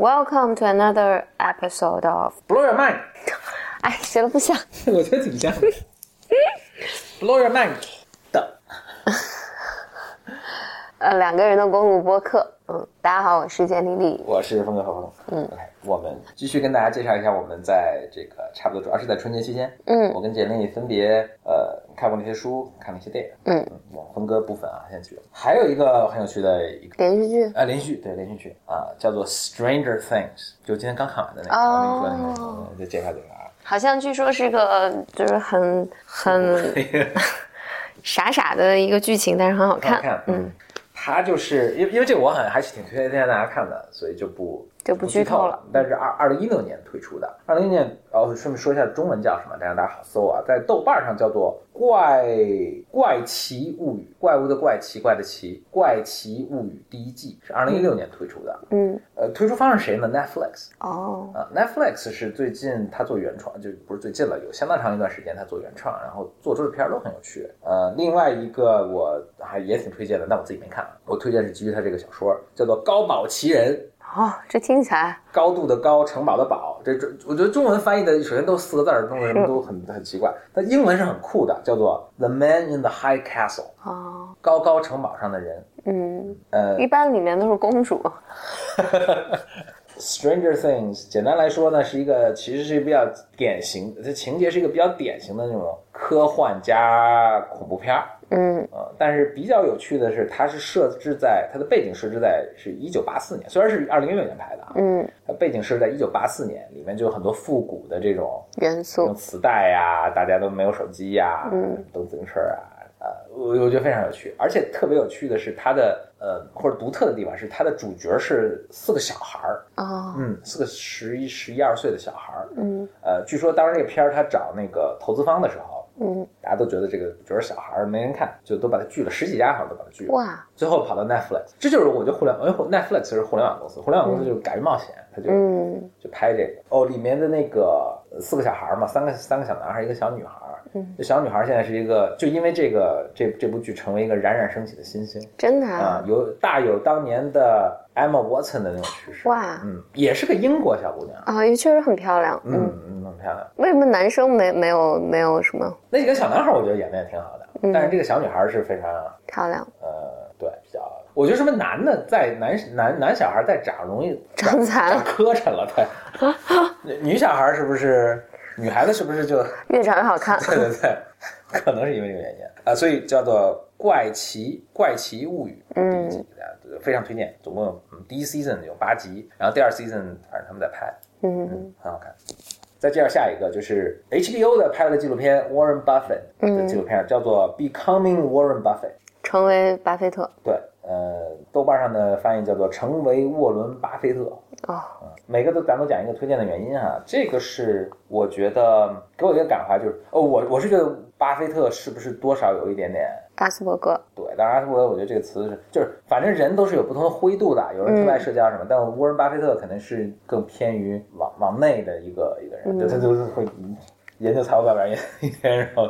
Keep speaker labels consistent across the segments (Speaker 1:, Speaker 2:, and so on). Speaker 1: Welcome to another episode of。
Speaker 2: Blow your mind，
Speaker 1: 哎，谁都不想。
Speaker 2: 我觉得挺像的。Blow your mind 的，
Speaker 1: 呃，两个人的公路播客。嗯，大家好，我是简丽丽。
Speaker 2: 我是风格和风。嗯，OK，我们继续跟大家介绍一下，我们在这个差不多，主要是在春节期间，
Speaker 1: 嗯
Speaker 2: 我跟简历分别呃看过那些书，看了一些电影。
Speaker 1: 嗯，
Speaker 2: 我分割部分啊，先举。还有一个很有趣的一个
Speaker 1: 连续剧。
Speaker 2: 啊，连续对连续剧啊，叫做《Stranger Things》，就今天刚看完的那个。
Speaker 1: 哦
Speaker 2: 我跟你说的那个，嗯再介绍介绍啊。
Speaker 1: 好像据说是个呃就是很很 傻傻的一个剧情，但是很好
Speaker 2: 很好
Speaker 1: 看。
Speaker 2: 看，
Speaker 1: 嗯，，
Speaker 2: 他就是因为因为这个我很还是挺推荐大家看的，所以就不
Speaker 1: 就不剧
Speaker 2: 剧
Speaker 1: 透
Speaker 2: 透
Speaker 1: 了。
Speaker 2: 但是二二零一六年推出的，二零一六年，然后顺便说一下中文叫什么，让大家好搜啊，在豆瓣上叫做《怪怪奇物语》，怪物的怪，奇怪的奇，《怪奇物语》第一季是二零一六年推出的，
Speaker 1: 嗯，
Speaker 2: 呃，推出方是谁呢？Netflix。
Speaker 1: 哦，
Speaker 2: 啊，Netflix 是最近他做原创，就不是最近了，有相当长一段时间他做原创，然后做出的片儿都很有趣。呃，另外一个我还也挺推荐的，但我自己没看。啊我推荐是基于他这个小说，叫做《高堡奇人》，
Speaker 1: 哦，这听起来
Speaker 2: 高度的高，城堡的堡。这这，我觉得中文翻译的首先都四个字儿，中文都很很奇怪，但英文是很酷的，叫做《The Man in the High Castle》，
Speaker 1: 哦，
Speaker 2: 高高城堡上的人。
Speaker 1: 嗯，
Speaker 2: 呃，
Speaker 1: 一般里面都是公主。
Speaker 2: Stranger Things，简单来说呢，是一个其实是比较典型，这情节是一个比较典型的那种科幻加恐怖片儿。
Speaker 1: 嗯
Speaker 2: 呃，但是比较有趣的是，它是设置在它的背景设置在是一九八四年，虽然是二零一六年拍的啊，
Speaker 1: 嗯，
Speaker 2: 它背景设置在一九八四年，里面就有很多复古的这种
Speaker 1: 元
Speaker 2: 用
Speaker 1: 素。
Speaker 2: 磁带呀、大家都没有手机呀、
Speaker 1: 嗯，
Speaker 2: 都自行车啊，呃，我我觉得非常有趣，而且特别有趣的是它的呃或者独特的地方是它的主角是四个小孩儿，
Speaker 1: 哦，
Speaker 2: 嗯，是个十一、十一二岁的小孩儿。
Speaker 1: 嗯
Speaker 2: 呃，据说当时这个片儿他找那个投资方的时候，
Speaker 1: 嗯，
Speaker 2: 大家都觉得这个主角小孩儿没人看，就都把他拒了，十几家好像都把他拒了。
Speaker 1: 哇，
Speaker 2: 最后跑到 Netflix，这就是我觉得互联网，因为 Netflix 是互联网公司，互联网公司就是敢于冒险，他就
Speaker 1: 嗯
Speaker 2: 就拍这个。哦，里面的那个呃四个小孩儿嘛，三个三个小男孩儿，一个小女孩儿。
Speaker 1: 嗯，
Speaker 2: 这小女孩儿现在是一个，就因为这个这这部剧成为一个冉冉升起的新星
Speaker 1: 真的
Speaker 2: 啊
Speaker 1: 啊，，
Speaker 2: 有大有当年的 Emma Watson 的那种趋势。
Speaker 1: 哇，
Speaker 2: 嗯，也是个英国小姑娘。
Speaker 1: 啊，也确实很漂亮。嗯，
Speaker 2: 嗯，嗯，很漂亮。
Speaker 1: 为什么男生没没有没有什么
Speaker 2: 那几个小男孩，我觉得演的也挺好的，但是这个小女孩是非常，
Speaker 1: 漂亮？
Speaker 2: 呃，对，比较，我觉得什么男的在男男男小孩在长容易
Speaker 1: 长残
Speaker 2: 长磕碜了，对。女女小孩是不是？女孩子是不是就。
Speaker 1: 越长越好看
Speaker 2: 对对对，可能是因为这个原因啊、所以叫做《怪奇怪奇物语》第一季，大家非常推荐。总共有嗯第一 season 有八集，然后第二 season 反正他们在拍，
Speaker 1: 嗯
Speaker 2: 嗯，很好看。再介绍下一个，就是 HBO 的拍了个纪录片 Warren Buffett 的纪录片，叫做《Becoming Warren Buffett》。
Speaker 1: 成为巴菲特
Speaker 2: 对，呃，豆瓣上的翻译叫做“成为沃伦·巴菲特”。
Speaker 1: 哦，
Speaker 2: 每个都咱都讲一个推荐的原因啊，这个是我觉得给我一个感怀，就是哦，我我是觉得巴菲特是不是多少有一点点
Speaker 1: 阿斯伯格，
Speaker 2: 对，当然阿斯伯格，我觉得这个词是就是，反正人都是有不同的灰度的，有人特别爱社交什么，但沃伦巴菲特肯定是更偏于往往内的一个一个人，就他就是会研究财务报表研究一天，然后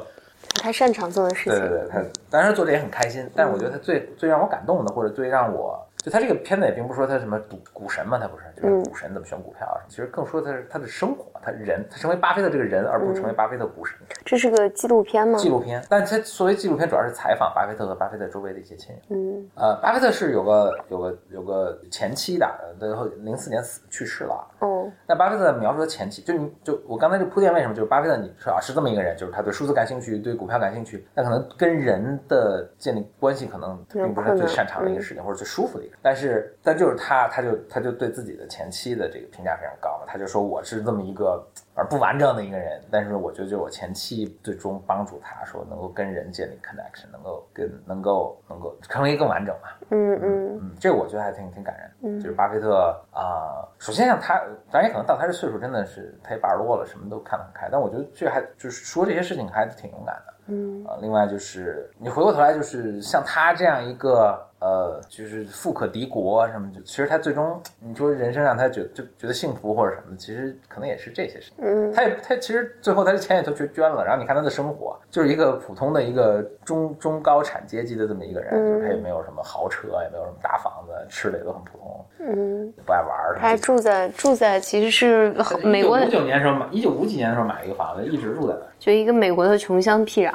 Speaker 1: 他擅长做的事
Speaker 2: 对对
Speaker 1: 情。
Speaker 2: 对，他当然做这也很开心，但是我觉得他最最让我感动的，或者最让我就他这个片子也并不是说他什么赌股神嘛，他不是就是股神怎么选股票啊什么，其实更说他是他的生活，他人，他成为巴菲特这个人，而不是成为巴菲特股神。
Speaker 1: 这是个纪录片吗？
Speaker 2: 纪录片，但他作为纪录片主要是采访巴菲特和巴菲特周围的一些亲人。
Speaker 1: 嗯
Speaker 2: 呃，巴菲特是有个有个有个前妻的，最后零四年死去世了。
Speaker 1: 哦
Speaker 2: 那巴菲特描述他前妻，就你就我刚才这铺垫为什么就是巴菲特你说啊是这么一个人，就是他对数字感兴趣，对股票感兴趣，那可能跟人的建立关系可能并不是他最擅长的一个事情，或者最舒服的一个。但是但就是他他就他就对自己的前妻的这个评价非常高嘛，他就说我是这么一个而不完整的一个人，但是我觉得就是我前妻最终帮助他说能够跟人建立 connection，能够跟能够能够成为更完整嘛。
Speaker 1: 嗯嗯
Speaker 2: 嗯，这个我觉得还挺挺感人。
Speaker 1: 嗯
Speaker 2: 就是巴菲特啊、呃首先像他，当然也可能到他这岁数，真的是他也八十多了，什么都看得很开。但我觉得这还就是说这些事情还挺勇敢的。
Speaker 1: 嗯
Speaker 2: 啊、另外就是你回过头来，就是像他这样一个呃，就是富可敌国什么，就其实他最终你说人生让他觉就觉得幸福或者什么的，其实可能也是这些事情。
Speaker 1: 嗯，
Speaker 2: 他也他其实最后他的钱也都捐捐了，然后你看他的生活，就是一个普通的一个中中高产阶级的这么一个人，就是
Speaker 1: 嗯
Speaker 2: 他也没有什么豪车，也没有什么大房子，吃的也都很普通，
Speaker 1: 嗯，
Speaker 2: 不爱玩儿。
Speaker 1: 他还住在住在其实是美国
Speaker 2: 一
Speaker 1: 的
Speaker 2: 九五九年的时候买，一九五几年的时候买了一个房子，一直住在那儿。
Speaker 1: 就一个美国的穷乡僻壤，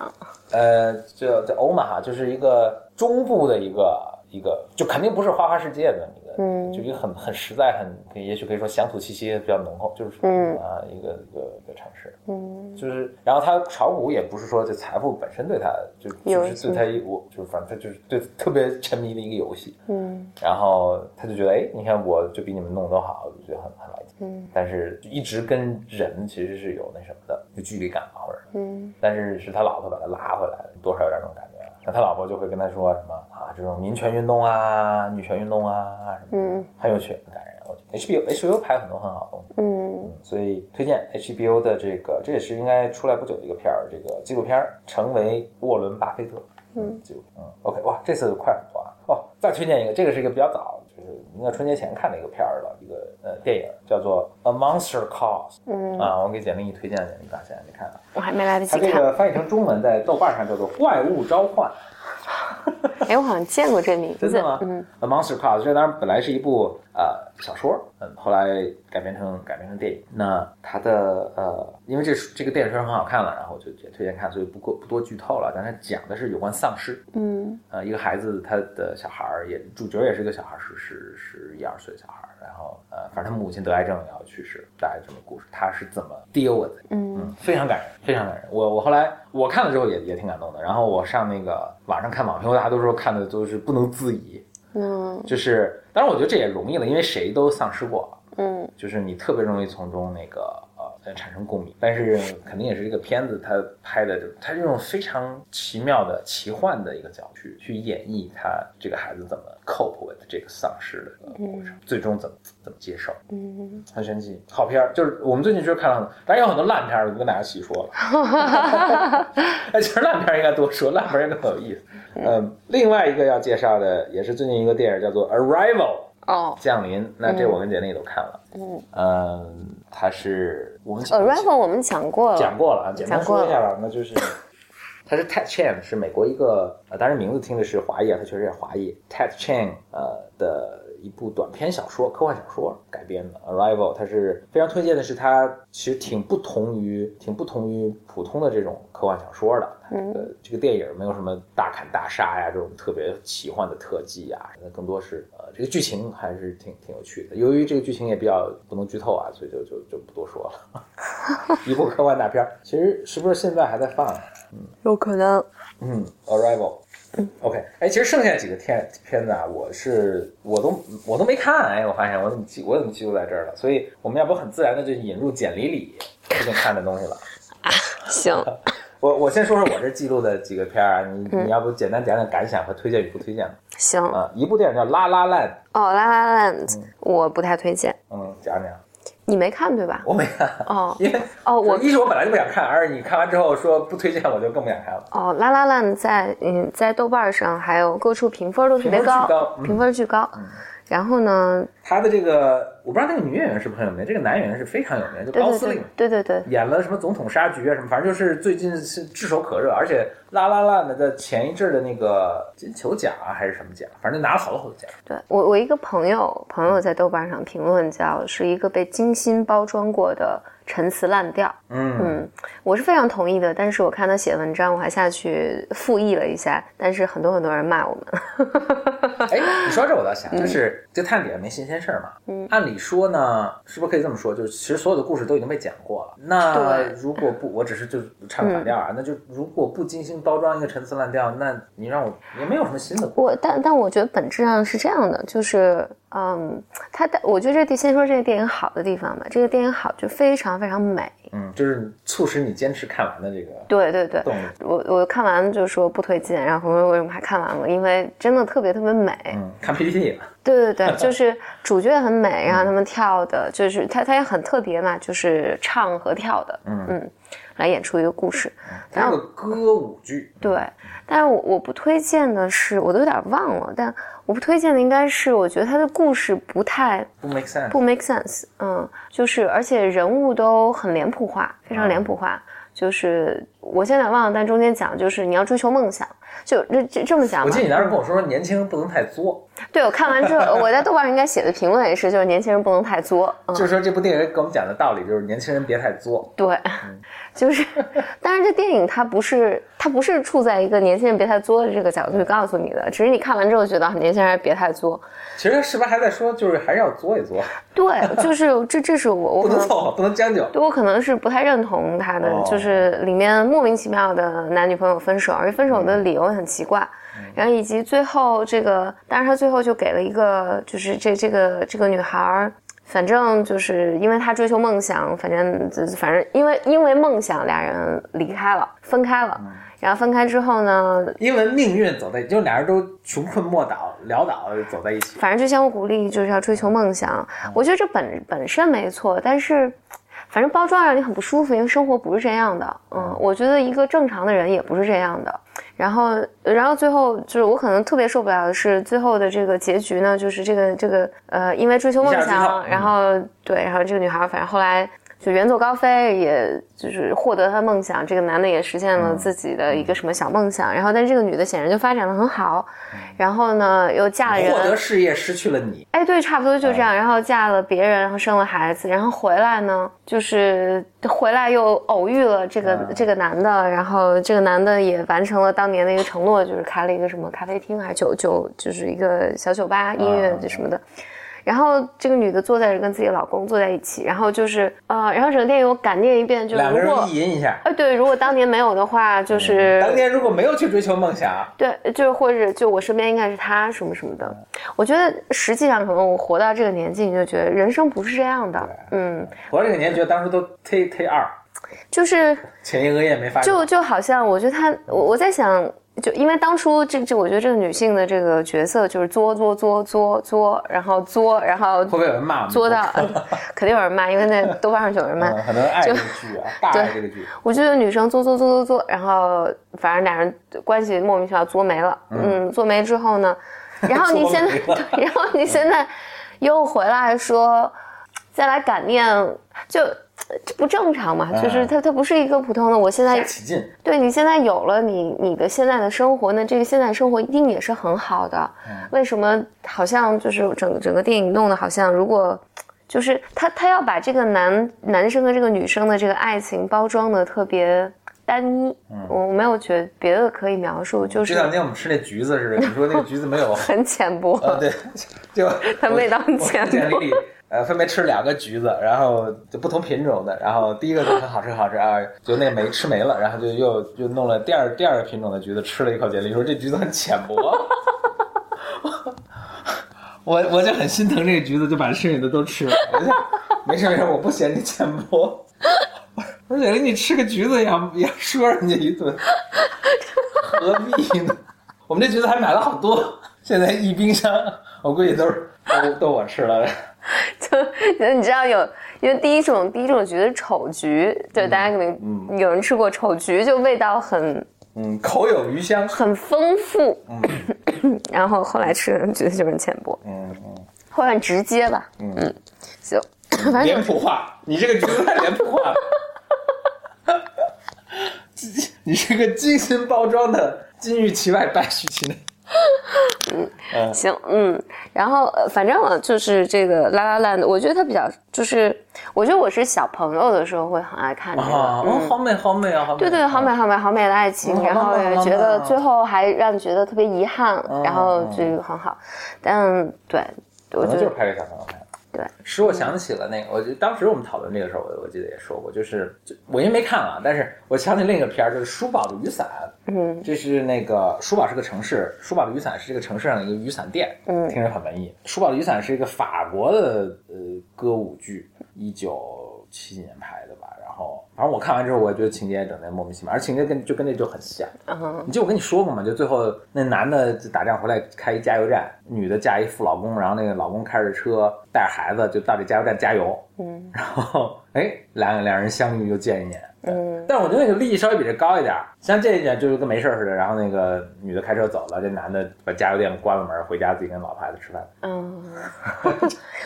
Speaker 2: 呃，这在欧马哈就是一个中部的一个一个，就肯定不是花花世界的一个，
Speaker 1: 嗯
Speaker 2: 就一个很很实在，很可以也许可以说乡土气息比较浓厚，就是
Speaker 1: 嗯
Speaker 2: 啊、一个一个一个城市，
Speaker 1: 嗯
Speaker 2: 就是然后他炒股也不是说这财富本身对他就
Speaker 1: 有
Speaker 2: 就是对他一我就是反正他就是对特别沉迷的一个游戏，
Speaker 1: 嗯
Speaker 2: 然后他就觉得哎，你看我就比你们弄得都好，我就觉得很很来劲，
Speaker 1: 嗯
Speaker 2: 但是一直跟人其实是有那什么的，有距离感吧或者。
Speaker 1: 嗯
Speaker 2: 但是是他老婆把他拉回来的，多少有点这种感觉。那他老婆就会跟他说什么啊，这种民权运动啊、女权运动啊什么的，
Speaker 1: 嗯
Speaker 2: 很有趣，很感人。我觉得 HBO HBO 拍了很多很好的东西，
Speaker 1: 嗯
Speaker 2: 所以推荐 HBO 的这个，这也是应该出来不久的一个片儿，这个纪录片儿《成为沃伦巴菲特》。
Speaker 1: 嗯，
Speaker 2: 就嗯，OK，哇，这次快很多啊！哦，再推荐一个，这个是一个比较早，就是应该春节前看的一个片儿了，一个呃电影叫做《A Monster Calls》
Speaker 1: 嗯，
Speaker 2: 啊，我给简历一推荐，简历大家你看看。
Speaker 1: 我还没来得
Speaker 2: 它
Speaker 1: 及
Speaker 2: 这
Speaker 1: 看，
Speaker 2: 个翻译成中文在豆瓣上叫做《怪物召唤
Speaker 1: 哎，我好像见过这名》，
Speaker 2: 真的
Speaker 1: 字，
Speaker 2: 吗？
Speaker 1: 嗯，
Speaker 2: A Monster Class》这当然本来是一部呃小说，嗯，后来改编成改编成电影。那它的呃，因为这这个电影确实很好看了，然后我就也推荐看，所以不过不多剧透了。但它讲的是有关丧尸，
Speaker 1: 嗯
Speaker 2: 呃，一个孩子，他的小孩儿也主角也是个小孩儿，十十十一二岁的小孩儿，然后呃，反正他母亲得癌症也要去世，大概这么个故事，他是怎么 deal with it
Speaker 1: 嗯
Speaker 2: 嗯，非常感人，非常感人。我我后来我看了之后也也挺感动的。然后我上那个网上看网评，大家都说看的都是不能自已，
Speaker 1: 嗯
Speaker 2: 就是当然我觉得这也容易了，因为谁都丧失过，
Speaker 1: 嗯
Speaker 2: 就是你特别容易从中那个呃产生共鸣。但是肯定也是这个片子它拍的这，它是用非常奇妙的、奇幻的一个角度去去演绎他这个孩子怎么 cope with 这个丧失的这个过程，最终怎么怎么接受。
Speaker 1: 嗯，
Speaker 2: 很神奇，好片儿，就是我们最近就是看了很多，当然有很多烂片儿，我不跟大家细说 了。 哎，其实烂片儿应该多说，烂片儿应该更有意思。嗯，另外一个要介绍的也是最近一个电影叫做《Arrival》
Speaker 1: 哦
Speaker 2: 降临，那这我跟简历都看了。
Speaker 1: 嗯，
Speaker 2: 嗯，它是我们
Speaker 1: ，Arrival 呃我们讲过了，
Speaker 2: 讲过了啊，简单
Speaker 1: 讲过
Speaker 2: 说一下吧，那就是。他是 Ted Chiang，是美国一个，呃，当然名字听着是华裔啊，他确实也华裔。Ted Chiang 呃的一部短篇小说、科幻小说改编的《Arrival》，他是非常推荐的是他其实挺不同于挺不同于普通的这种科幻小说的。它这
Speaker 1: 嗯
Speaker 2: 个这个电影没有什么大砍大杀呀这种特别奇幻的特技啊，那更多是呃这个剧情还是挺挺有趣的。由于这个剧情也比较不能剧透啊，所以就就就不多说了。 一部科幻大片儿，其实是不是现在还在放啊？
Speaker 1: 有可能，
Speaker 2: 嗯，Arrival。OK，哎，其实剩下几个片片子啊，我是我都我都没看，哎，我发现我怎么记我怎么记录在这儿了？所以我们要不很自然的就引入简里里最近看的东西了。
Speaker 1: 行，
Speaker 2: 我我先说说我这记录的几个片儿啊，你你要不简单讲讲感想和推荐与不推荐吧
Speaker 1: 行，哦，
Speaker 2: 啊？一部电影叫《拉拉烂
Speaker 1: 《La 哦 La Land》我不太推荐，》，
Speaker 2: 嗯，讲讲，
Speaker 1: 你没看对吧？
Speaker 2: 我没看，
Speaker 1: 哦
Speaker 2: 因为
Speaker 1: 哦我
Speaker 2: 一是我本来就不想看，二是你看完之后说不推荐，我就更不想看了。
Speaker 1: 哦，《La La Land》在嗯在豆瓣上还有各处评分都特别
Speaker 2: 评分
Speaker 1: 高
Speaker 2: 巨高，嗯
Speaker 1: 评分巨高。然后呢，
Speaker 2: 他的这个，我不知道那个女演员是不是很有名，这个男演员是非常有名，就
Speaker 1: 对
Speaker 2: 高
Speaker 1: 对
Speaker 2: 司
Speaker 1: 对
Speaker 2: 令。
Speaker 1: 对对对，
Speaker 2: 演了什么总统杀局啊什么，反正就是最近是炙手可热，而且拉拉烂的在前一阵儿的那个金球奖啊还是什么奖，反正拿了好多好多奖。
Speaker 1: 对我，我一个朋友，朋友在豆瓣上评论叫是一个被精心包装过的陈词滥调。
Speaker 2: 嗯，
Speaker 1: 嗯，我是非常同意的，但是我看他写文章，我还下去复议了一下，但是很多很多人骂我们。
Speaker 2: 哎，你说这我倒
Speaker 1: 嗯
Speaker 2: 想，就是这探底没新鲜事儿嘛。嗯，按理说呢，是不是可以这么说？就是其实所有的故事都已经被讲过了。那
Speaker 1: 对嗯
Speaker 2: 如果不，我只是就是唱反调啊，那就如果不精心包装一个陈词滥调，那你让我也没有什么新的故事。
Speaker 1: 我但但我觉得本质上是这样的，就是嗯，他的我觉得这地先说这个电影好的地方吧，这个电影好就非常非常美。
Speaker 2: 嗯，就是促使你坚持看完的这个
Speaker 1: 对对对，
Speaker 2: 动力。
Speaker 1: 我我看完就说不推荐，然后朋友为什么还看完了？因为真的特别特别美。
Speaker 2: 嗯，看 PPT 了。
Speaker 1: 对对对，就是主角很美，然后他们跳的，就是他他也很特别嘛，就是唱和跳的，嗯来演出一个故事。
Speaker 2: 它是个歌舞剧，
Speaker 1: 对，但是我我不推荐的是，我都有点忘了，但我不推荐的应该是，我觉得它的故事不太
Speaker 2: 不 make sense，
Speaker 1: 不 make sense，嗯，就是而且人物都很脸谱化，非
Speaker 2: 啊
Speaker 1: 常脸谱化。就是我现在忘了，但中间讲就是你要追求梦想，就这这这么讲
Speaker 2: 我
Speaker 1: 吧
Speaker 2: 记得。你当时跟我说，年轻人不能太作，
Speaker 1: 对我看完之后，我在豆瓣上应该写的评论也是，就是年轻人不能太作，嗯，
Speaker 2: 就是说这部电影给我们讲的道理就是年轻人别太作。
Speaker 1: 对，
Speaker 2: 嗯
Speaker 1: 就是，但是这电影它不是它不是处在一个年轻人别太作的这个角度去告诉你的，只是你看完之后觉得啊年轻人还是别太作，
Speaker 2: 其实是不是还在说，就是还是要作一作，
Speaker 1: 对，就是这这是我我
Speaker 2: 不
Speaker 1: 可
Speaker 2: 能
Speaker 1: 能
Speaker 2: 凑合，不能将就。
Speaker 1: 对我可能是不太认同他的，
Speaker 2: 哦
Speaker 1: 就是里面莫名其妙的男女朋友分手，而且分手的理由也很奇怪，然后以及最后这个，但是他最后就给了一个，就是这这个这个女孩儿。反正就是因为她追求梦想，反正反正因为因为梦想，俩人离开了，分开了。然后分开之后呢，
Speaker 2: 因为命运走在，就俩人都穷困莫倒、潦倒走在一起。
Speaker 1: 反正就相互鼓励，就是要追求梦想。
Speaker 2: 嗯
Speaker 1: 我觉得这本本身没错，但是反正包装让你很不舒服，因为生活不是这样的。嗯，我觉得一个正常的人也不是这样的。然后，然后最后就是我可能特别受不了的是最后的这个结局呢，就是这个这个呃，因为追求梦
Speaker 2: 一下知道
Speaker 1: 想，
Speaker 2: 嗯
Speaker 1: 然后对，然后这个女孩儿反正后来就远走高飞，也就是获得她的梦想。这个男的也实现
Speaker 2: 嗯
Speaker 1: 了自己的一个什么小梦想，然后但这个女的显然就发展的很好，然后呢又嫁了人，
Speaker 2: 嗯获得事业，失去了你。
Speaker 1: 哎，对，差不多就
Speaker 2: 嗯
Speaker 1: 这样。然后嫁了别人，然后生了孩子，然后回来呢，就是回来又偶遇了这个、
Speaker 2: 嗯
Speaker 1: 这个男的，然后这个男的也完成了当年的一个承诺，就是开了一个什么咖啡厅还是酒酒，就是一个小酒吧，音
Speaker 2: 嗯
Speaker 1: 乐什么的。然后这个女的坐在这跟自己老公坐在一起，然后就是呃，然后整个电影我感念一遍，就是
Speaker 2: 两个
Speaker 1: 如果
Speaker 2: 人意淫一下。
Speaker 1: 哎对，如果当年没有的话，就是、
Speaker 2: 当年如果没有去追求梦想，
Speaker 1: 对，就是或者就我身边应该是他什么什么的，我觉得实际上可能我活到这个年纪，你就觉得人生不是这样的，嗯，
Speaker 2: 活这个年觉得当时都忒忒二，
Speaker 1: 就是
Speaker 2: 前一个月没发生。
Speaker 1: 就就好像我觉得他，我我在想，就因为当初这这，我觉得这个女性的这个角色就是作作作作作，然后作，然后
Speaker 2: 会不会有人骂我们？
Speaker 1: 作到， 肯定有人骂，因为那豆瓣上就有人骂，
Speaker 2: 嗯，很多人爱这个剧啊，大爱这个剧。
Speaker 1: 我觉得女生作作作作作，然后反正俩人关系莫名其妙作没了，嗯，作没之后呢，然 后你
Speaker 2: 作
Speaker 1: 现
Speaker 2: 没
Speaker 1: 在，
Speaker 2: 了
Speaker 1: 对然后你现在又回来说，再来感念，就这不正常嘛？
Speaker 2: 嗯
Speaker 1: 就是它它不是一个普通的，我现在
Speaker 2: 下起劲，
Speaker 1: 对你现在有了你你的现在的生活，那这个现在生活一定也是很好的。为什么好像就是整个整个电影弄得好像如果。就是他，他要把这个男男生和这个女生的这个爱情包装的特别单一，我没有觉得别的可以描述，就
Speaker 2: 就是像今天我们吃那橘子似的，你说那个橘子没有，
Speaker 1: 很浅薄，
Speaker 2: 呃，对，就
Speaker 1: 它味道很浅
Speaker 2: 我店里呃，分别吃了两个橘子，然后就不同品种的，然后第一个就很好吃，很好吃啊，就那个没吃没了，然后就又又弄了第二第二个品种的橘子，吃了一口，简历说这橘子很浅薄。 我我就很心疼这个橘子，就把剩下的都吃了。 我就没事没事，我不嫌你浅薄。 我说简历，你吃个橘子也要也要说人家一顿，何必呢？我们这橘子还买了好多， 现在一冰箱，我估计都是都都我吃了。
Speaker 1: 就你知道有，因为第一种第一种橘子是丑橘，对、大家可能有人吃过丑橘，就味道很
Speaker 2: 嗯，口有余香。
Speaker 1: 很丰富， 然后后来吃的人觉得就是很浅薄，
Speaker 2: 嗯嗯，
Speaker 1: 后来很直接吧，嗯行， 反正
Speaker 2: 脸谱化，你这个橘子太脸谱化了。 你是个精心包装的金玉其外，败絮其内。
Speaker 1: 行，嗯，然后呃，反正我就是这个拉拉烂的，我觉得它比较就是，我觉得我是小朋友的时候会很爱看这个，嗯。
Speaker 2: 啊哦好美，好美啊，好美。
Speaker 1: 对对，好美好美好美的爱情，
Speaker 2: 嗯
Speaker 1: 然
Speaker 2: 好
Speaker 1: 后
Speaker 2: 浪漫
Speaker 1: 也
Speaker 2: 好
Speaker 1: 觉
Speaker 2: 浪
Speaker 1: 得
Speaker 2: 漫啊
Speaker 1: 最后还让你觉得特别遗憾，然后
Speaker 2: 嗯
Speaker 1: 就很好，但对，我
Speaker 2: 可
Speaker 1: 觉
Speaker 2: 能就
Speaker 1: 得
Speaker 2: 是拍给小朋友看。
Speaker 1: 对，
Speaker 2: 使我想起了那个，我就当时我们讨论这个时候，我我记得也说过，就是就我因为没看啊，但是我想起另一个片儿，就是《叔宝的雨伞》。
Speaker 1: 嗯，
Speaker 2: 这是那个叔宝是个城市，叔宝的雨伞是这个城市上的一个雨伞店。
Speaker 1: 嗯
Speaker 2: 听着很文艺。叔宝的雨伞是一个法国的呃歌舞剧，一九七几年拍的吧。然后反正我看完之后，我也觉得情节整的莫名其妙，而情节跟就跟这就很像。
Speaker 1: 嗯
Speaker 2: 你记得我跟你说过吗？就最后那男的就打仗回来开一加油站，女的嫁一富老公，然后那个老公开着车 带着孩子就到这加油站加油，
Speaker 1: 嗯
Speaker 2: 然后哎两两人相遇又见一面，
Speaker 1: 嗯，
Speaker 2: 但我觉得那个利益稍微比这高一点儿，像这一点就是跟没事儿似的。然后那个女的开车走了，这男的把加油店关了门，回家自己跟老婆孩子吃饭。
Speaker 1: 嗯，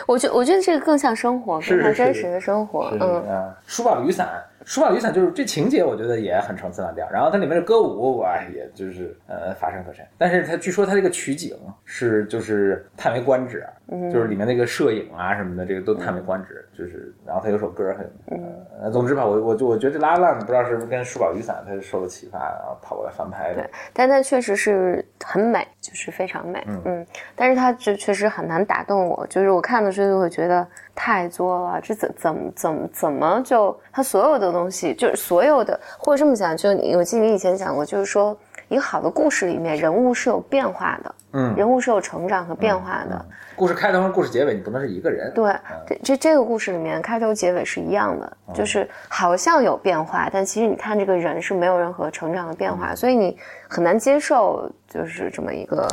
Speaker 1: 我觉我觉得这个更像生活，
Speaker 2: 是
Speaker 1: 更像
Speaker 2: 是
Speaker 1: 真实的生活
Speaker 2: 是。
Speaker 1: 嗯，
Speaker 2: 啊，书报雨伞，书报雨伞就是这情节，我觉得也很层次上调。然后它里面的歌舞，哇，也就是呃乏善可陈。但是它据说它这个取景是就是叹为观止，
Speaker 1: 嗯
Speaker 2: 就是里面那个摄影啊什么的，这个都叹为观止。就是然后它有首歌很，
Speaker 1: 嗯
Speaker 2: 呃，总之吧，我我就我觉得拉烂不知道是不是跟书报雨伞它是受了启发，然后跑过来翻拍的
Speaker 1: 对。，但它确实是很美，就是非常美。嗯但是它这确实很难打动我，就是我看的时候就会觉得太作了，这怎怎么怎么怎么就它所有的东西，就是所有的，或者这么讲，就你我记得你以前讲过，就是说一个好的故事里面人物是有变化的，
Speaker 2: 嗯
Speaker 1: 人物是有成长和变化的。
Speaker 2: 故事开头和故事结尾，你不能是一个人。
Speaker 1: 对，这这这个故事里面开头结尾是一样的，
Speaker 2: 嗯
Speaker 1: 就是好像有变化，但其实你看这个人是没有任何成长的变
Speaker 2: 嗯
Speaker 1: 化，所以你很难接受就是这么一个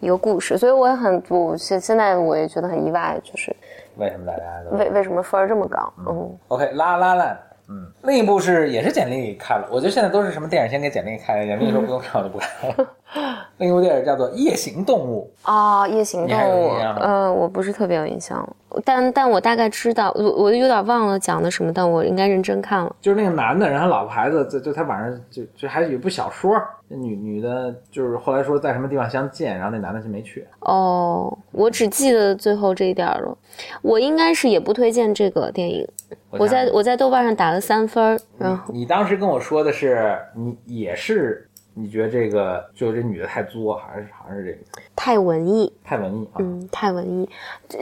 Speaker 1: 一个故事。所以我也很我现现在我也觉得很意外，就是
Speaker 2: 为什么大家都
Speaker 1: 为为什么分儿这么高？嗯
Speaker 2: OK，拉拉烂。嗯，另一部是也是简历里看了，我觉得现在都是什么电影先给简历看，简历说不用看我就不看了。另一部电影叫做《夜行动物
Speaker 1: 哦，夜行
Speaker 2: 你还有
Speaker 1: 动物
Speaker 2: 印象，吗
Speaker 1: 呃，我不是特别有印象，但但我大概知道，我我有点忘了讲的什么，但我应该认真看了。》，
Speaker 2: 就是那个男的，然后老婆孩子，就就他晚上就就还有一部小说，那女女的就是后来说在什么地方相见，然后那男的就没去。
Speaker 1: 哦，我只记得最后这一点儿了。我应该是也不推荐这个电影。我在我在豆瓣上打了三分儿，然后
Speaker 2: 你当时跟我说的是，你也是你觉得这个就这女的太作，还是还是这个
Speaker 1: 太文艺，
Speaker 2: 太文艺啊、
Speaker 1: 嗯，太文艺。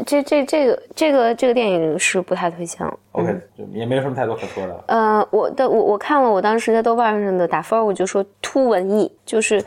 Speaker 1: 这这这这个这个这个电影是不太推荐了。
Speaker 2: o k 就也没有什么太多可说的了。
Speaker 1: 呃，我的我我看了我当时在豆瓣上的打分儿，我就说突文艺，就是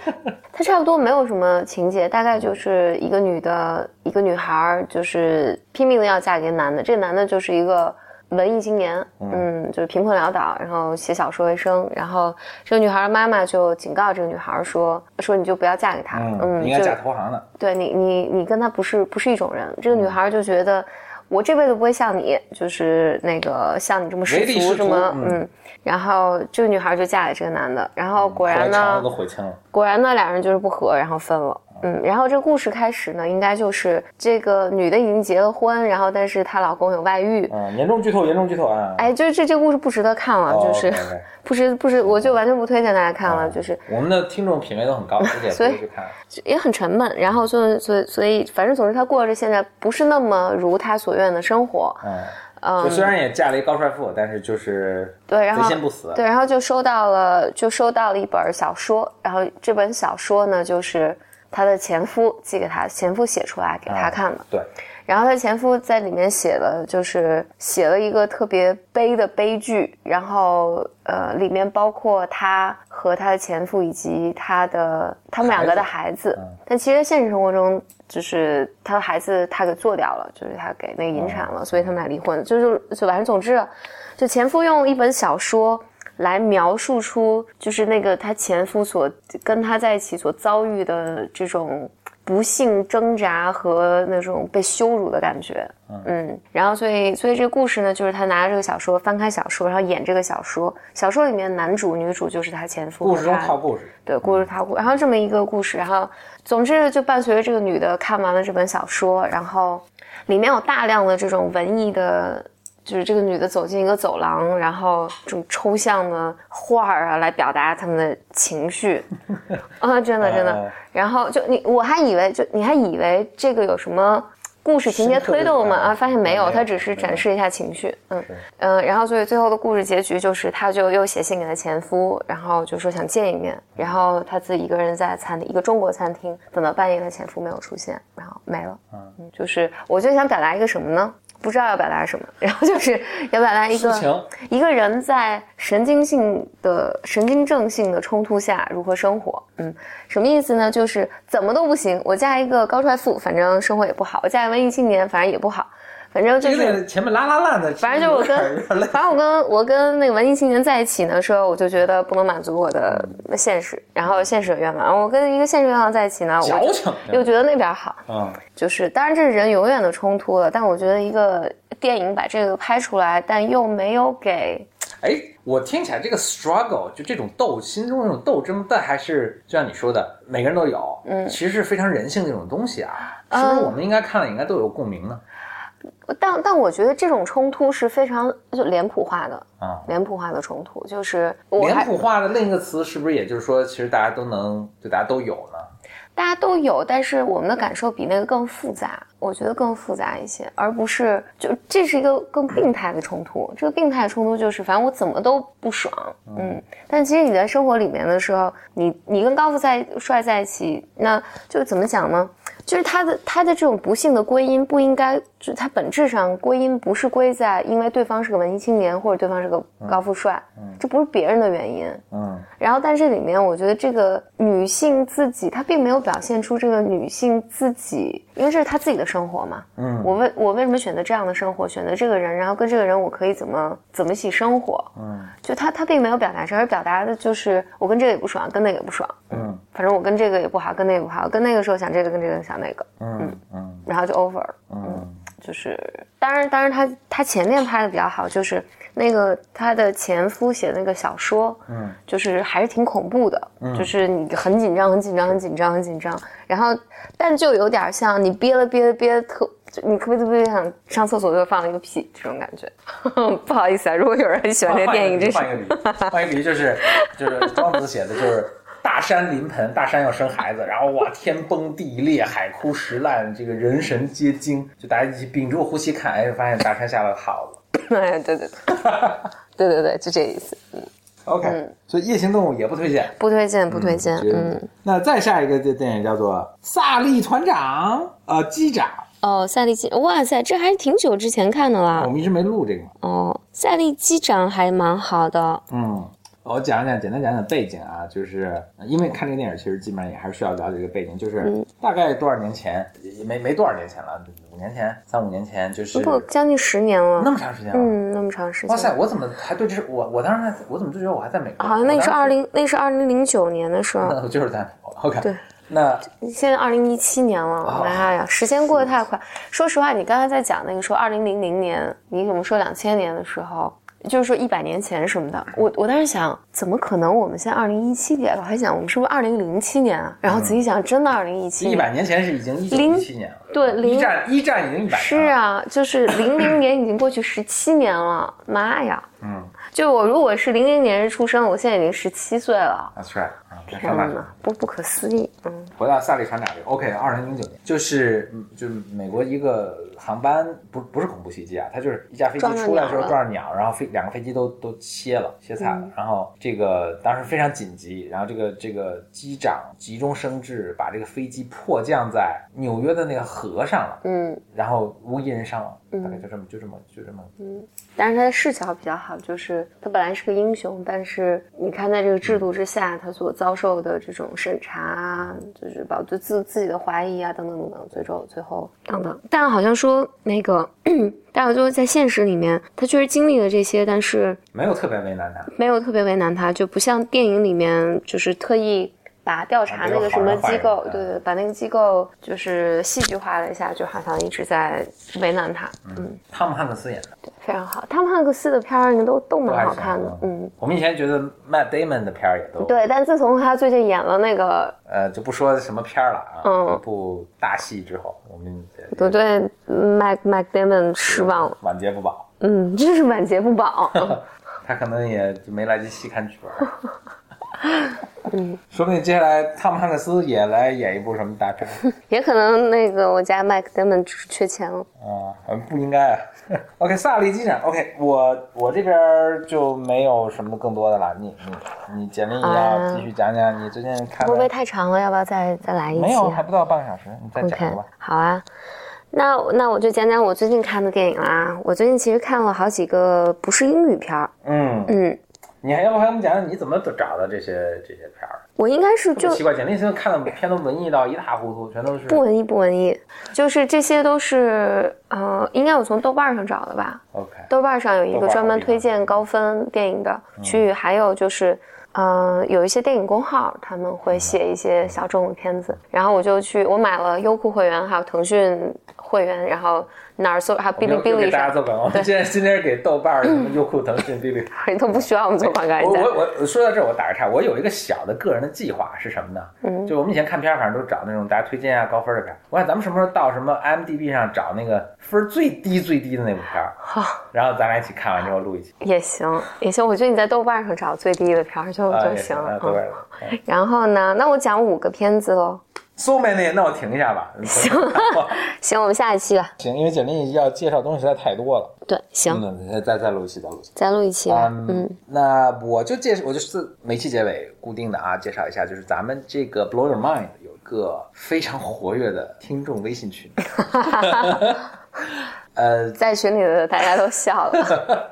Speaker 1: 它差不多没有什么情节，大概就是一个女的，一个女孩儿，就是拼命的要嫁给一个男的，这个男的就是一个。文艺青年，嗯，就是贫困潦倒，然后写小说为生，然后这个女孩儿的妈妈就警告这个女孩儿说：“说你就不要嫁给他，嗯，
Speaker 2: 应该
Speaker 1: 就
Speaker 2: 嫁投行的。
Speaker 1: 对你，你你跟他不是不是一种人。这个
Speaker 2: 嗯
Speaker 1: 女孩儿就觉得，我这辈子不会像你，就是那个像你这么世
Speaker 2: 唯利
Speaker 1: 俗
Speaker 2: 是
Speaker 1: 这么
Speaker 2: 图嗯
Speaker 1: 嗯。然后这个女孩儿就嫁给这个男的，然后果
Speaker 2: 后
Speaker 1: 然
Speaker 2: 来肠
Speaker 1: 呢
Speaker 2: 子，都悔青了。
Speaker 1: 果然呢，俩人就是不和，然后分了。嗯，然后这故事开始呢，应该就是这个女的已经结了婚，然后但是她老公有外遇。
Speaker 2: 嗯，严重剧透，严重剧透啊！
Speaker 1: 哎，就是这这故事不值得看了，
Speaker 2: 哦
Speaker 1: 就是、
Speaker 2: OK，OK
Speaker 1: 不值不值，我就完全不推荐大家看了，就是
Speaker 2: 我们的听众品味都 很高，而且不
Speaker 1: 所以
Speaker 2: 会去看。
Speaker 1: 也很沉闷，然后就所以所以反正总之她过着现在不是那么如她所愿的生活，
Speaker 2: 嗯，就虽然也嫁了一高帅富，但是就是
Speaker 1: 对，然后
Speaker 2: 贼心不死。
Speaker 1: 对，然后就收到了就收到了一本小说，然后这本小说呢就是她的前夫寄给她，前夫写出来给她看的，
Speaker 2: 对，
Speaker 1: 然后她前夫在里面写了就是写了一个特别悲的悲剧，然后呃里面包括她和她的前夫以及她的他们两个的孩子，但其实现实生活中就是她的孩子她给做掉了，就是她给那个引产了，所以他们俩离婚，就是就反正总之啊，就前夫用一本小说。来描述出就是那个她前夫所跟她在一起所遭遇的这种不幸挣扎和那种被羞辱的感觉，嗯，然后所以所以这个故事呢，就是她拿着这个小说翻开小说，然后演这个小说，小说里面男主女主就是她前夫，
Speaker 2: 故事中
Speaker 1: 和她
Speaker 2: 靠故事。
Speaker 1: 对，故事套故，然后这么一个故事，然后总之就伴随着这个女的看完了这本小说，然后里面有大量的这种文艺的，就是这个女的走进一个走廊，然后这种抽象的画儿啊来表达他们的情绪， 啊，真的真的
Speaker 2: 哎，
Speaker 1: 然后就你我还以为就你还以为这个有什么。故事情节推动嘛
Speaker 2: 深刻的
Speaker 1: 啊，发现没
Speaker 2: 没
Speaker 1: 有，
Speaker 2: 有
Speaker 1: 他只是
Speaker 2: 没有
Speaker 1: 展示一下情绪，嗯嗯、然后所以最后的故事结局就是，她就又写信给她前夫，然后就说想见一面，然后她自己一个人在餐厅一个中国餐厅等到半夜，她前夫没有出现，然后没了，嗯，就是我就想表达一个什么呢？不知道要表达什么，然后就是 要表达一个
Speaker 2: 抒情
Speaker 1: 一个人在神经性的神经症性的冲突下如何生活。嗯，什么意思呢？就是怎么都不行，我嫁一个高帅富，反正生活也不好；我嫁一个文艺青年，反正也不好。反正就
Speaker 2: 这
Speaker 1: 是
Speaker 2: 个前面拉拉烂的，
Speaker 1: 反正就是我
Speaker 2: 有点累
Speaker 1: 跟，反正我跟我跟那个文艺青年在一起呢，时候我就觉得不能满足我的现实，然后现实的愿望。我跟一个现实愿望在一起呢， 我
Speaker 2: 矫
Speaker 1: 就
Speaker 2: 情。
Speaker 1: 又觉得那边好，
Speaker 2: 嗯，
Speaker 1: 就是当然这是人永远的冲突了。但我觉得一个电影把这个拍出来，但又没有给
Speaker 2: 哎，我听起来这个 struggle 就这种斗心中这种斗争，但还是就像你说的，每个人都有，
Speaker 1: 嗯
Speaker 2: 其实是非常人性的一种东西啊，
Speaker 1: 嗯
Speaker 2: 是不是？我们应该看了应该都有共鸣呢？
Speaker 1: 但但我觉得这种冲突是非常就脸谱化的，
Speaker 2: 啊，
Speaker 1: 脸谱化的冲突，就是我
Speaker 2: 脸
Speaker 1: 还
Speaker 2: 谱化的另一个词是不是也就是说，其实大家都能，就大家都有呢？
Speaker 1: 大家都有，但是我们的感受比那个更复杂，我觉得更复杂一些，而不是就这是一个更病态的冲突。这个病态冲突就是，反正我怎么都不爽，嗯。但其实你在生活里面的时候，你你跟高富帅帅在一起，那就怎么讲呢？就是他的他的这种不幸的归因不应该，就是他本质上归因不是归在因为对方是个文艺青年或者对方是个高富帅，这不是别人的原因，
Speaker 2: 嗯
Speaker 1: 然后，但这里面我觉得这个女性自己，她并没有表现出这个女性自己，因为这是她自己的生活嘛。
Speaker 2: 嗯
Speaker 1: 我为我为什么选择这样的生活，选择这个人，然后跟这个人我可以怎么怎么一起生活？
Speaker 2: 嗯
Speaker 1: 就她她并没有表达这，而表达的就是我跟这个也不爽，跟那个也不爽，
Speaker 2: 嗯
Speaker 1: 反正我跟这个也不好，跟那个也不好，跟那个时候想这个，跟这个想那个，
Speaker 2: 嗯嗯
Speaker 1: 然后就 over 了。
Speaker 2: 嗯
Speaker 1: 就是，当然，当然他，他前面拍的比较好，就是那个他的前夫写的那个小说，
Speaker 2: 嗯，
Speaker 1: 就是还是挺恐怖的，就是你很紧张，很紧张，很紧张，很紧张，然后但就有点像你憋了憋了憋了特，就你特别特别想上厕所就放了一个屁这种感觉。 不好意思啊，如果有人很喜欢这个电影，这是
Speaker 2: 换一个比，换一个比就是就是庄子写的就是。大山临盆，大山要生孩子，然后哇，天崩地裂，海枯石烂，这个人神皆惊，就大家一起屏住呼吸看，哎，发现大山下了好了。
Speaker 1: 哎， 对对对，对对对，就这意思，嗯
Speaker 2: OK，、所以夜行动物也不推荐。
Speaker 1: 不推荐，不推荐，
Speaker 2: 觉得
Speaker 1: 嗯，
Speaker 2: 那再下一个这电影叫做《萨利团长》呃，机长，
Speaker 1: 哦，萨利基，哇塞，这还挺久之前看的啦，
Speaker 2: 我们一直没录这个嘛。
Speaker 1: 哦，赛利机长还蛮好的，
Speaker 2: 嗯，我讲讲，简单讲讲背景啊，就是呃因为看这个电影，其实基本上也还是需要了解这个背景，就是
Speaker 1: 嗯
Speaker 2: 大概多少年前，也也没没多少年前了，五年前、三五年前，就是
Speaker 1: 不，将近十年了
Speaker 2: 那，么长时间了。
Speaker 1: 嗯，那么长时
Speaker 2: 哇
Speaker 1: 间。
Speaker 2: 塞！我怎么还对这是我？我当时还我怎么就觉得我还在美国？
Speaker 1: 好像那个是
Speaker 2: 我
Speaker 1: 二
Speaker 2: 当时，
Speaker 1: 零，那是二零零九年的时候，
Speaker 2: 那我就是在美国。OK，
Speaker 1: 对，
Speaker 2: 那
Speaker 1: 现在二零一七年了，
Speaker 2: 哦
Speaker 1: 我的妈呀，时间过得太快。说实话，你刚才在讲那个说二零零零年，你怎么说两千年的时候，就是说一百年前什么的，我我当时想，怎么可能？我们现在二零一七年了，我还想我们是不是二零零七年啊？然后仔细想，真的二零一七
Speaker 2: 一
Speaker 1: 年。
Speaker 2: 百年前是已经一九
Speaker 1: 零
Speaker 2: 一七年了，
Speaker 1: 对零
Speaker 2: 一战一战已经一百
Speaker 1: 是啊，就是零零年已经过去十七年了，妈呀！
Speaker 2: 嗯，
Speaker 1: 就我如果是零零年出生，我现在已经十七岁了，
Speaker 2: That's right，啊，该
Speaker 1: 天
Speaker 2: 上大学了。
Speaker 1: 哪，不不可思议，嗯，
Speaker 2: 回到萨利船长这个，OK，二零零九年，就是嗯就是美国一个航班，不不是恐怖袭击啊，它就是一架飞机
Speaker 1: 撞着
Speaker 2: 出来
Speaker 1: 鸟
Speaker 2: 的时候
Speaker 1: 了嗯
Speaker 2: 撞上鸟，然后飞两个飞机都都切了，切惨了，然后这个当时非常紧急，然后这个这个机长急中生智，把这个飞机迫降在纽约的那个河上了，
Speaker 1: 嗯，
Speaker 2: 然后无一人伤亡，大概就这么就这么就这么，
Speaker 1: 但是他的视角比较好，就是他本来是个英雄，但是你看在这个制度之下，他所遭受的这种审查啊，就是包括对自自己的怀疑啊，等等等等，最后最后等等。但好像说那个， 但我就在现实里面，他确实经历了这些，但是
Speaker 2: 没有特别为难他，
Speaker 1: 没有特别为难他，就不像电影里面就是特意把调查那个什么机构，
Speaker 2: 啊把这个好人坏人嗯
Speaker 1: 对对，把那个机构就是戏剧化了一下，就好像一直在为难他。嗯，
Speaker 2: 汤姆汉克斯演的。
Speaker 1: 对，非常好。汤姆汉克斯的片儿都都蛮好看的，嗯，，
Speaker 2: 我们以前觉得 Matt Damon 的片儿也都
Speaker 1: 对。但自从他最近演了那个，
Speaker 2: 呃，就不说什么片儿了啊，
Speaker 1: 嗯
Speaker 2: 一部大戏之后，我们也
Speaker 1: 我对 Mac Mac Damon 失望了，
Speaker 2: 晚节不保，
Speaker 1: 嗯，真是晚节不 保。
Speaker 2: 他可能也就没来得及细看剧本儿。
Speaker 1: 嗯
Speaker 2: 说不定接下来汤姆汉克斯也来演一部什么大片儿
Speaker 1: 也可能那个我家 Mac Damon 就是缺钱了，
Speaker 2: 啊、呃不应该啊。OK，萨利机长，OK，我我这边儿就没有什么更多的了。你你你简历要
Speaker 1: 啊
Speaker 2: 继续讲讲，你最近
Speaker 1: 会
Speaker 2: 看
Speaker 1: 不会
Speaker 2: 了
Speaker 1: 太长了？要不要再再来一期、啊？
Speaker 2: 没有？还不到半个小时，你再
Speaker 1: OK，
Speaker 2: 讲吧。
Speaker 1: 好啊。那那我就讲讲我最近看的电影啦。我最近其实看了好几个不是英语片儿，
Speaker 2: 嗯，
Speaker 1: 嗯，
Speaker 2: 你还要不还给我们讲讲你怎么找到这些这些片儿？
Speaker 1: 我应该是就
Speaker 2: 奇怪，简历现在看的片都文艺到一塌糊涂，全都是
Speaker 1: 不文艺不文艺，就是这些都是呃，应该我从豆瓣上找的吧。
Speaker 2: OK，
Speaker 1: 豆瓣上有一
Speaker 2: 豆
Speaker 1: 个
Speaker 2: 瓣
Speaker 1: 专门
Speaker 2: 好地嗯
Speaker 1: 推
Speaker 2: 方
Speaker 1: 荐高分电影的区域，还有就是，嗯、有一些电影公号他们
Speaker 2: 嗯
Speaker 1: 会写一些小众的片子，然后我就去，我买了优酷会员还有腾讯会员，然后哪儿搜，还有哔
Speaker 2: 我
Speaker 1: 哩
Speaker 2: 们又
Speaker 1: 哔
Speaker 2: 又
Speaker 1: 哩
Speaker 2: 给大
Speaker 1: 上
Speaker 2: 家，做广告，我们现在今天是给豆瓣儿、什么优酷、腾讯、哔哩。
Speaker 1: 都不需 要我们做广告。
Speaker 2: 我
Speaker 1: 现在
Speaker 2: 我我说到这儿，我打个岔。我有一个小的个人的计划是什么呢？嗯，就我们以前看片儿，反正都找那种大家推荐啊、高分的片儿。我想咱们什么时候到什么 IMDB 上找那个分儿最低最低的那部片儿，
Speaker 1: 好
Speaker 2: 然后咱俩一起看完之后录一期，
Speaker 1: 也行也行，我觉得你在豆瓣上找最低的片儿就
Speaker 2: 啊
Speaker 1: 就
Speaker 2: 也
Speaker 1: 行
Speaker 2: 啊
Speaker 1: 了。
Speaker 2: 对
Speaker 1: 嗯
Speaker 2: 吧？
Speaker 1: 然后呢，那我讲五个片子喽。
Speaker 2: So many，那我停一下吧。行
Speaker 1: 行，我们下一期吧。
Speaker 2: 行，因为简历要介绍东西实在太多了。
Speaker 1: 对，行，
Speaker 2: 嗯，再再再录一期，再录一期。
Speaker 1: 再录一期吧。嗯
Speaker 2: 嗯，那我就介绍，我就是每期结尾固定的啊，介绍一下，就是咱们这个 Blow Your Mind 有一个非常活跃的听众微信群，呃，
Speaker 1: 在群里的大家都笑了。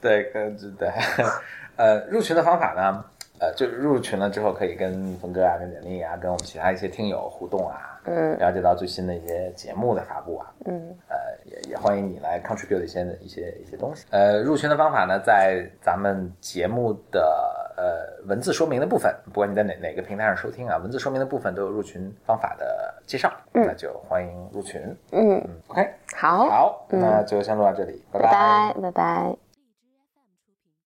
Speaker 2: 对，跟对， 呃，入群的方法呢，呃，就是入群了之后可以跟峰哥啊、跟简历啊、跟我们其他一些听友互动啊，
Speaker 1: 嗯，
Speaker 2: 了解到最新的一些节目的发布啊，
Speaker 1: 嗯，
Speaker 2: 呃，也也欢迎你来 contribute 一些一些一些东西。呃，入群的方法呢，在咱们节目的。呃，文字说明的部分，不管你在哪哪个平台上收听啊，文字说明的部分都有入群方法的介绍，那就欢迎入群。
Speaker 1: 嗯，
Speaker 2: OK，
Speaker 1: 好，
Speaker 2: 好，那就先录到这里，
Speaker 1: 拜拜，拜拜。